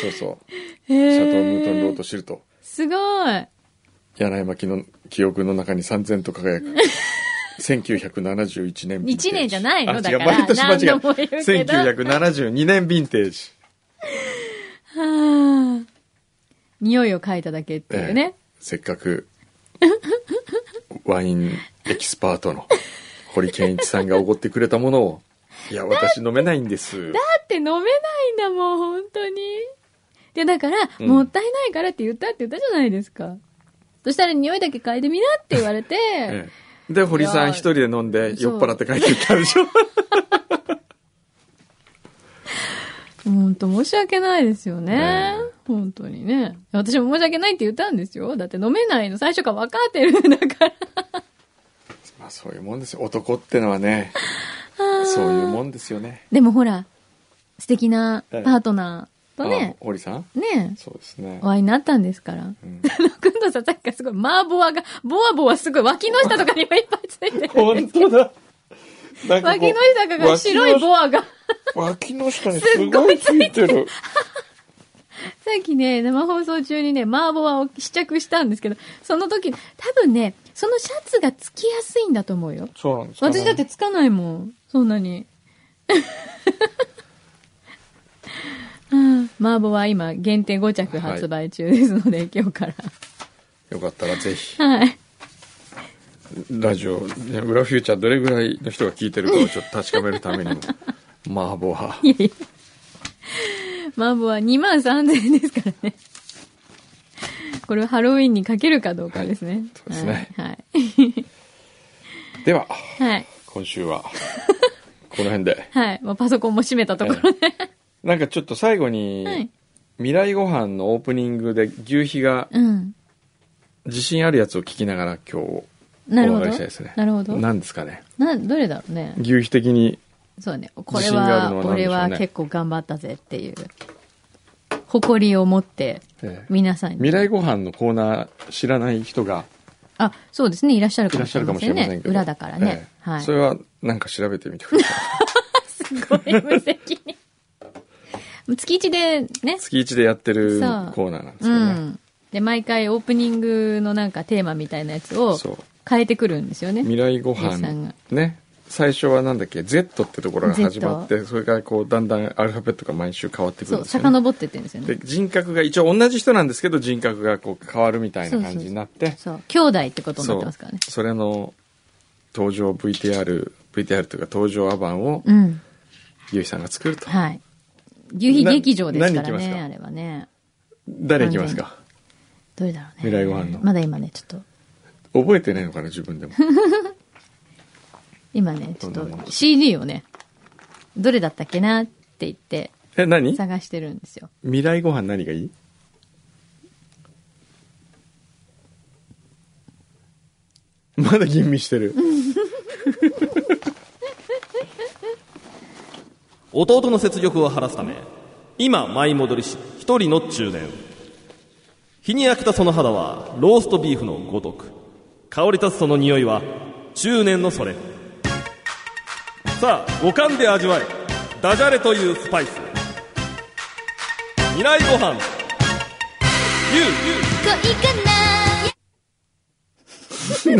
Speaker 3: す。そうそう。
Speaker 2: シ
Speaker 3: シャトー・ムートン・ロード・シルト。
Speaker 2: すごい。
Speaker 3: 柳巻の記憶の中に三千と輝く。 1971年ヴィンテージ
Speaker 2: 一年じゃないの
Speaker 3: あ
Speaker 2: だ
Speaker 3: 違う
Speaker 2: から
Speaker 3: 毎年間違え
Speaker 2: 何度も言うけど
Speaker 3: 1972年ヴィンテージ
Speaker 2: はあ匂いを嗅いだだけっていうね
Speaker 3: ええ。せっかくワインエキスパートの堀健一さんがおごってくれたものをいや私飲めないんです
Speaker 2: だって飲めないんだもん、本当に。で、だから、
Speaker 3: うん
Speaker 2: もったいないからって言ったって言ったじゃないですか。そしたら匂いだけ嗅いでみなって言われて、
Speaker 3: ええで堀さ
Speaker 2: いや
Speaker 3: ん一人で飲んで
Speaker 2: そ
Speaker 3: 酔
Speaker 2: う
Speaker 3: っ払って帰ってきた でしょ
Speaker 2: 本当申し訳ないですよね
Speaker 3: ええ。
Speaker 2: 本当にね。私も申し訳ないって言ったんですよ。だって飲めないの最初から分かってるんだから。
Speaker 3: まあそういうもんですよ男ってのはねそういうもんですよね
Speaker 2: でもほら、素敵なパートナーとね
Speaker 3: あ、堀さん
Speaker 2: ね
Speaker 3: そうですね
Speaker 2: お会いになったんですから。
Speaker 3: ん
Speaker 2: あの、くんどうさんさっきからすごい、マーボアが、ボワボワすごい、脇の下とかにもいっぱいついてるんですけど
Speaker 3: 本当だなんかこう
Speaker 2: 脇の下が白いボアが。
Speaker 3: 脇の下に
Speaker 2: す
Speaker 3: す
Speaker 2: ご
Speaker 3: ご
Speaker 2: い
Speaker 3: い
Speaker 2: つ
Speaker 3: つ
Speaker 2: い
Speaker 3: い
Speaker 2: て
Speaker 3: て
Speaker 2: る
Speaker 3: る
Speaker 2: さっきね、生放送中にね、麻婆を試着したんですけど、その時、多分ね、そのシャツがつきやすいんだと思うよ。
Speaker 3: そうなんですかね
Speaker 2: 私だってつかないもん。そんな に。うん麻婆は今、限定5着発売中ですので、今日から。
Speaker 3: よかったらぜひ
Speaker 2: はい。
Speaker 3: ラジオ、ね、裏フューチャーどれぐらいの人が聞いてるかをちょっと確かめるた めにも麻婆はい
Speaker 2: やいや。麻婆は2万3000円ですからね。これはハロウィンにかけるかどうかですね。
Speaker 3: はいそうですね
Speaker 2: はい。
Speaker 3: では
Speaker 2: はい。はい
Speaker 3: 今週はこの辺で
Speaker 2: はい。もうパソコンも閉めたところで。
Speaker 3: なんかちょっと最後に、
Speaker 2: はい。
Speaker 3: 未来ご飯のオープニングで牛皮が
Speaker 2: うん。
Speaker 3: 自信あるやつを聞きながら今日
Speaker 2: なるほ
Speaker 3: お
Speaker 2: ど
Speaker 3: 別れしたいですね。
Speaker 2: なるほど。
Speaker 3: 何ですかね
Speaker 2: な、どれだろうね。
Speaker 3: 牛皮的に
Speaker 2: そうね。これ
Speaker 3: 自信が
Speaker 2: は、
Speaker 3: あるのは何で
Speaker 2: 俺
Speaker 3: しょうね
Speaker 2: は結構頑張ったぜっていう、誇りを持って、
Speaker 3: ええ
Speaker 2: 皆さんに。
Speaker 3: 未来ご飯のコーナー知らない人が
Speaker 2: あ、そうですね。いらっしゃる
Speaker 3: い
Speaker 2: から
Speaker 3: っ
Speaker 2: も
Speaker 3: し
Speaker 2: し
Speaker 3: ゃ
Speaker 2: れ
Speaker 3: るか
Speaker 2: ま
Speaker 3: もし
Speaker 2: せ
Speaker 3: れ
Speaker 2: ん
Speaker 3: ません
Speaker 2: ね
Speaker 3: け。ど、
Speaker 2: 裏だからね
Speaker 3: え。え
Speaker 2: はい。
Speaker 3: それはなんか調べてみてください
Speaker 2: すごい無責任。 月一でね。
Speaker 3: 月一でやってるコ
Speaker 2: そう
Speaker 3: ーナーなんです
Speaker 2: う
Speaker 3: よね、
Speaker 2: ん。で、毎回オープニングのなんかテーマみたいなやつを
Speaker 3: そう
Speaker 2: 変えてくるんですよね。
Speaker 3: 未来ご
Speaker 2: リスさんが
Speaker 3: 飯ね最初はなんだっけ Z ってところが始まってそれからこうだんだんアルファベットが毎週変わってく
Speaker 2: そ
Speaker 3: るん
Speaker 2: う、
Speaker 3: ですよ、ね、
Speaker 2: 遡ってってんですよね
Speaker 3: で。人格が一応同じ人なんですけど人格がこう変わるみたいな感じになって
Speaker 2: そう、兄弟ってことになってますからね。
Speaker 3: それの登場 VTR VTR というか登場アバンを
Speaker 2: うん。
Speaker 3: ゆいさんが作ると、
Speaker 2: はい。牛皮劇場ですから
Speaker 3: な何行きます
Speaker 2: ね、
Speaker 3: か
Speaker 2: あれはね。
Speaker 3: 誰いきますか
Speaker 2: どれだろうね。
Speaker 3: 未来ご飯の
Speaker 2: まだ今ね、ちょっと、
Speaker 3: 覚えてないのかな自 分でも
Speaker 2: 今ね、ちょっ
Speaker 3: どんなもん
Speaker 2: と
Speaker 3: で
Speaker 2: CD をね、どれだったっけなって言って
Speaker 3: え何
Speaker 2: 探してるんですよ。
Speaker 3: 未来ご飯何がいいまだ吟味してる
Speaker 6: 弟の雪辱を晴らすため今舞い戻りし一人の中年日に焼けたその肌はローストビーフのごとく香り立つその匂いは中年のそれさあ五感で味わえダジャレというスパイス未来ご飯 You, you.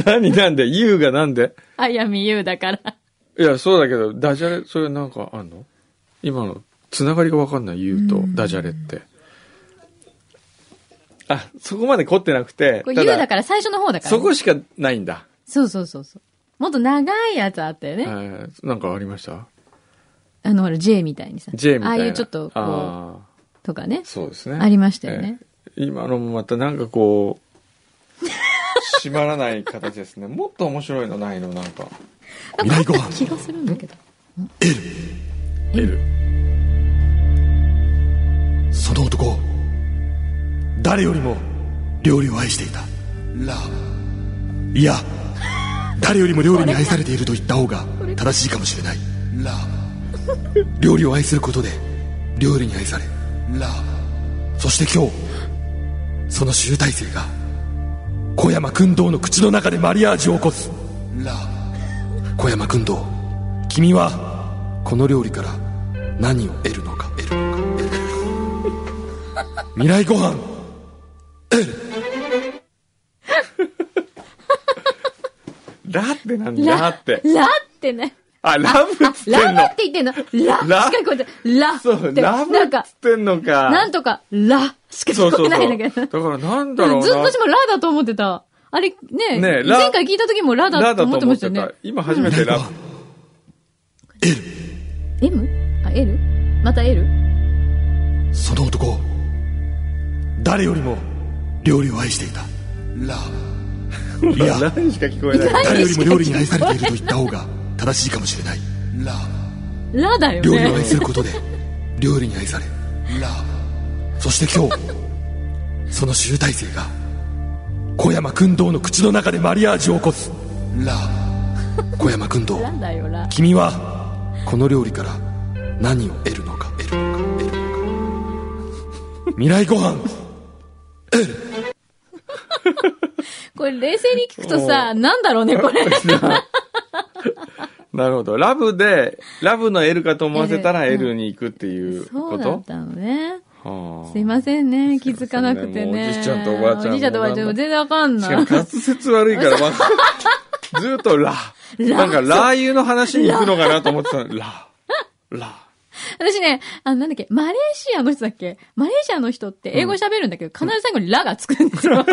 Speaker 3: 何なんで ?You がなんで
Speaker 2: あやみゆうだから。
Speaker 3: いや、そうだけど、ダジャレ、それなんかあんの今の、つながりがわかんない、言うと、ダジャレって。あ、そこまで凝ってなくて、
Speaker 2: これゆうだ
Speaker 3: た
Speaker 2: から最初の方だからね。
Speaker 3: そこしかないんだ。
Speaker 2: そうそうそうそう。もっと長いやつあったよ
Speaker 3: え
Speaker 2: ね。
Speaker 3: ーなんかありました
Speaker 2: あの、ほら、J みたいにさ。
Speaker 3: ?J みたいな。
Speaker 2: ああいうちょっと、こ
Speaker 3: あ
Speaker 2: う、とかね
Speaker 3: ー。そうですね。
Speaker 2: ありましたよね
Speaker 3: えー。今のもまたなんかこう、締まらない形ですね。もっと面白いのないの、なんか。
Speaker 2: なんかあった気がするんだけど。
Speaker 3: L。
Speaker 5: その男誰よりも料理を愛していたラいや誰よりも料理に愛されていると言った方が正しいかもしれないラ料理を愛することで料理に愛されラそして今日その集大成が小山君堂の口の中でマリアージュを起こすラ小山君堂君はこの料理から何を得るのか得るのか未来ご飯
Speaker 3: ラってでなんだって。
Speaker 2: ラってね。
Speaker 3: あ、ラブっつってん
Speaker 2: ラブ
Speaker 3: の
Speaker 2: っ。て言ってんの。ラ
Speaker 3: ラ
Speaker 2: しか聞こえてない。ラ
Speaker 3: そ
Speaker 2: っ
Speaker 3: う、
Speaker 2: て。
Speaker 3: ラブ
Speaker 2: な
Speaker 3: っ
Speaker 2: んか
Speaker 3: つっ、てんのか。
Speaker 2: なんとか、ラしか
Speaker 3: そう
Speaker 2: 聞
Speaker 3: そ
Speaker 2: こ
Speaker 3: うそう。
Speaker 2: えな
Speaker 3: だ
Speaker 2: いんだけど。
Speaker 3: からなんだ
Speaker 2: で
Speaker 3: ろう
Speaker 2: も
Speaker 3: な。
Speaker 2: ずっと私もラだと思ってた。あれ、ね
Speaker 3: ねえラ
Speaker 2: 前回聞いた時もラだ
Speaker 3: ラ
Speaker 2: と
Speaker 3: だ
Speaker 2: 思
Speaker 3: と
Speaker 2: って
Speaker 3: 思
Speaker 2: ま
Speaker 3: っ
Speaker 2: した
Speaker 3: て
Speaker 2: よね
Speaker 3: た。。今初めてラブ。
Speaker 5: L
Speaker 2: M? あ、L? また L?
Speaker 5: その男誰よりも料理を愛していたラいや
Speaker 3: ラにしか聞こえない。
Speaker 5: 誰よりも料理に愛されていると言った方が正しいかもしれないラ
Speaker 2: ラだよ
Speaker 5: 料理を
Speaker 2: ね
Speaker 5: 愛。することで料理に愛されラそして今日その集大成が小山君堂の口の中でマリアージュを起こすラ小山君堂
Speaker 2: ラだよ、ラ。
Speaker 5: 君はこの料理から何を得るのか得るのか得るのか未来ご飯
Speaker 2: これ冷静に聞くとさ、なんだろうね、 これ。
Speaker 3: なるほど。ラブで、ラブの L かと思わせたら
Speaker 2: L
Speaker 3: L に行くっていう
Speaker 2: そ
Speaker 3: こ
Speaker 2: うだ
Speaker 3: と
Speaker 2: ったのね。
Speaker 3: はあ
Speaker 2: すいませんね、気づかなくて
Speaker 3: もう
Speaker 2: ね。
Speaker 3: おじいちゃんとおばあちゃん
Speaker 2: お
Speaker 3: も
Speaker 2: じいちゃんとおばあちゃんも全然わかん
Speaker 3: し
Speaker 2: な
Speaker 3: かも
Speaker 2: い。
Speaker 3: 滑舌悪いから、わかんないずっとラ。なんかラー油の話に行くのかなと思ってたのラ。ラ。
Speaker 2: 私ね、あの、なんだっけ、マレーシアの人だっけマレーシアの人って英語喋るんだけど、必ず最後にラがつくんです よ。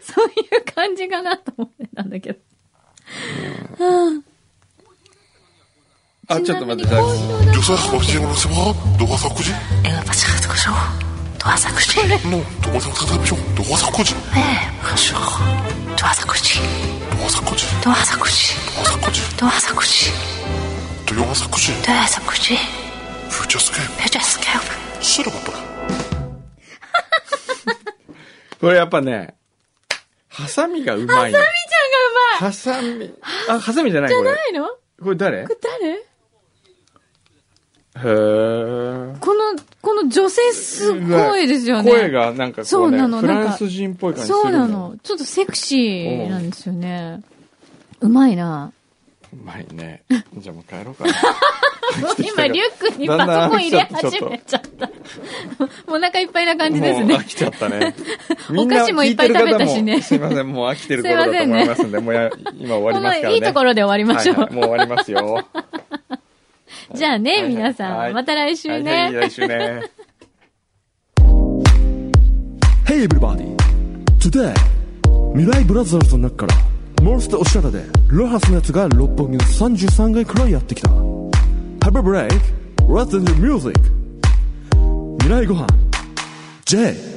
Speaker 2: そういう感じかなと思ってたんだけど。
Speaker 3: あ、ちょっと待って、じゃあ
Speaker 7: よさしばふじごろしばどがさこじ
Speaker 8: 내가 바삭바삭하죠? 도화사쿠시?
Speaker 7: のどがさこさたびしょどがさこじ
Speaker 8: 네, 그렇죠. 도화사쿠시.
Speaker 7: どがさこじ
Speaker 8: 도화사쿠시.
Speaker 7: どがさこじ
Speaker 8: 도화사쿠시.
Speaker 7: どよがさこじ
Speaker 8: 도화사쿠시.
Speaker 7: フューチャースケー
Speaker 8: 표자 스케프.
Speaker 7: プシルバブラ
Speaker 3: これやっぱね、ハサミがうまいよ。ハサミあ、ハサミじゃないこれ。
Speaker 2: ないのこ
Speaker 3: これ誰へ
Speaker 2: れ誰
Speaker 3: ー。
Speaker 2: この、この女性すごいですよね。
Speaker 3: 声がなんかこ
Speaker 2: そう
Speaker 3: うね、
Speaker 2: なの
Speaker 3: フ
Speaker 2: なん
Speaker 3: ラ
Speaker 2: か
Speaker 3: ンス人っぽい感じする
Speaker 2: そうな
Speaker 3: よ
Speaker 2: の。ちょっとセクシーなんですよね。うまいな。
Speaker 3: うまいね。じゃあもう帰ろうかな。
Speaker 2: 今、リュックにパソコン入れ始めちゃった。 もうお腹いっぱいな感じです
Speaker 3: もう
Speaker 2: ね
Speaker 3: 飽。きちゃったね。
Speaker 2: お菓子もいっぱい食べたしね
Speaker 3: みんな聞いてる方もすいません、もう飽きてる頃だと思いますんで、もうや今終わ
Speaker 2: こ
Speaker 3: りま
Speaker 2: の
Speaker 3: すからね。
Speaker 2: いいところで終わりましょう。
Speaker 3: はいはいもう終わります よ。
Speaker 2: じゃあね、
Speaker 3: はい
Speaker 2: 皆さん、
Speaker 3: はい
Speaker 2: また来週ね。
Speaker 3: はいはい来週ね。
Speaker 1: Hey everybody! Today! 未来ブラザーズの中からモンスターおしゃれでロハスのやつが六本木の33階くらいやってきた Have a break! Let's enjoy music! 未来ご飯 J!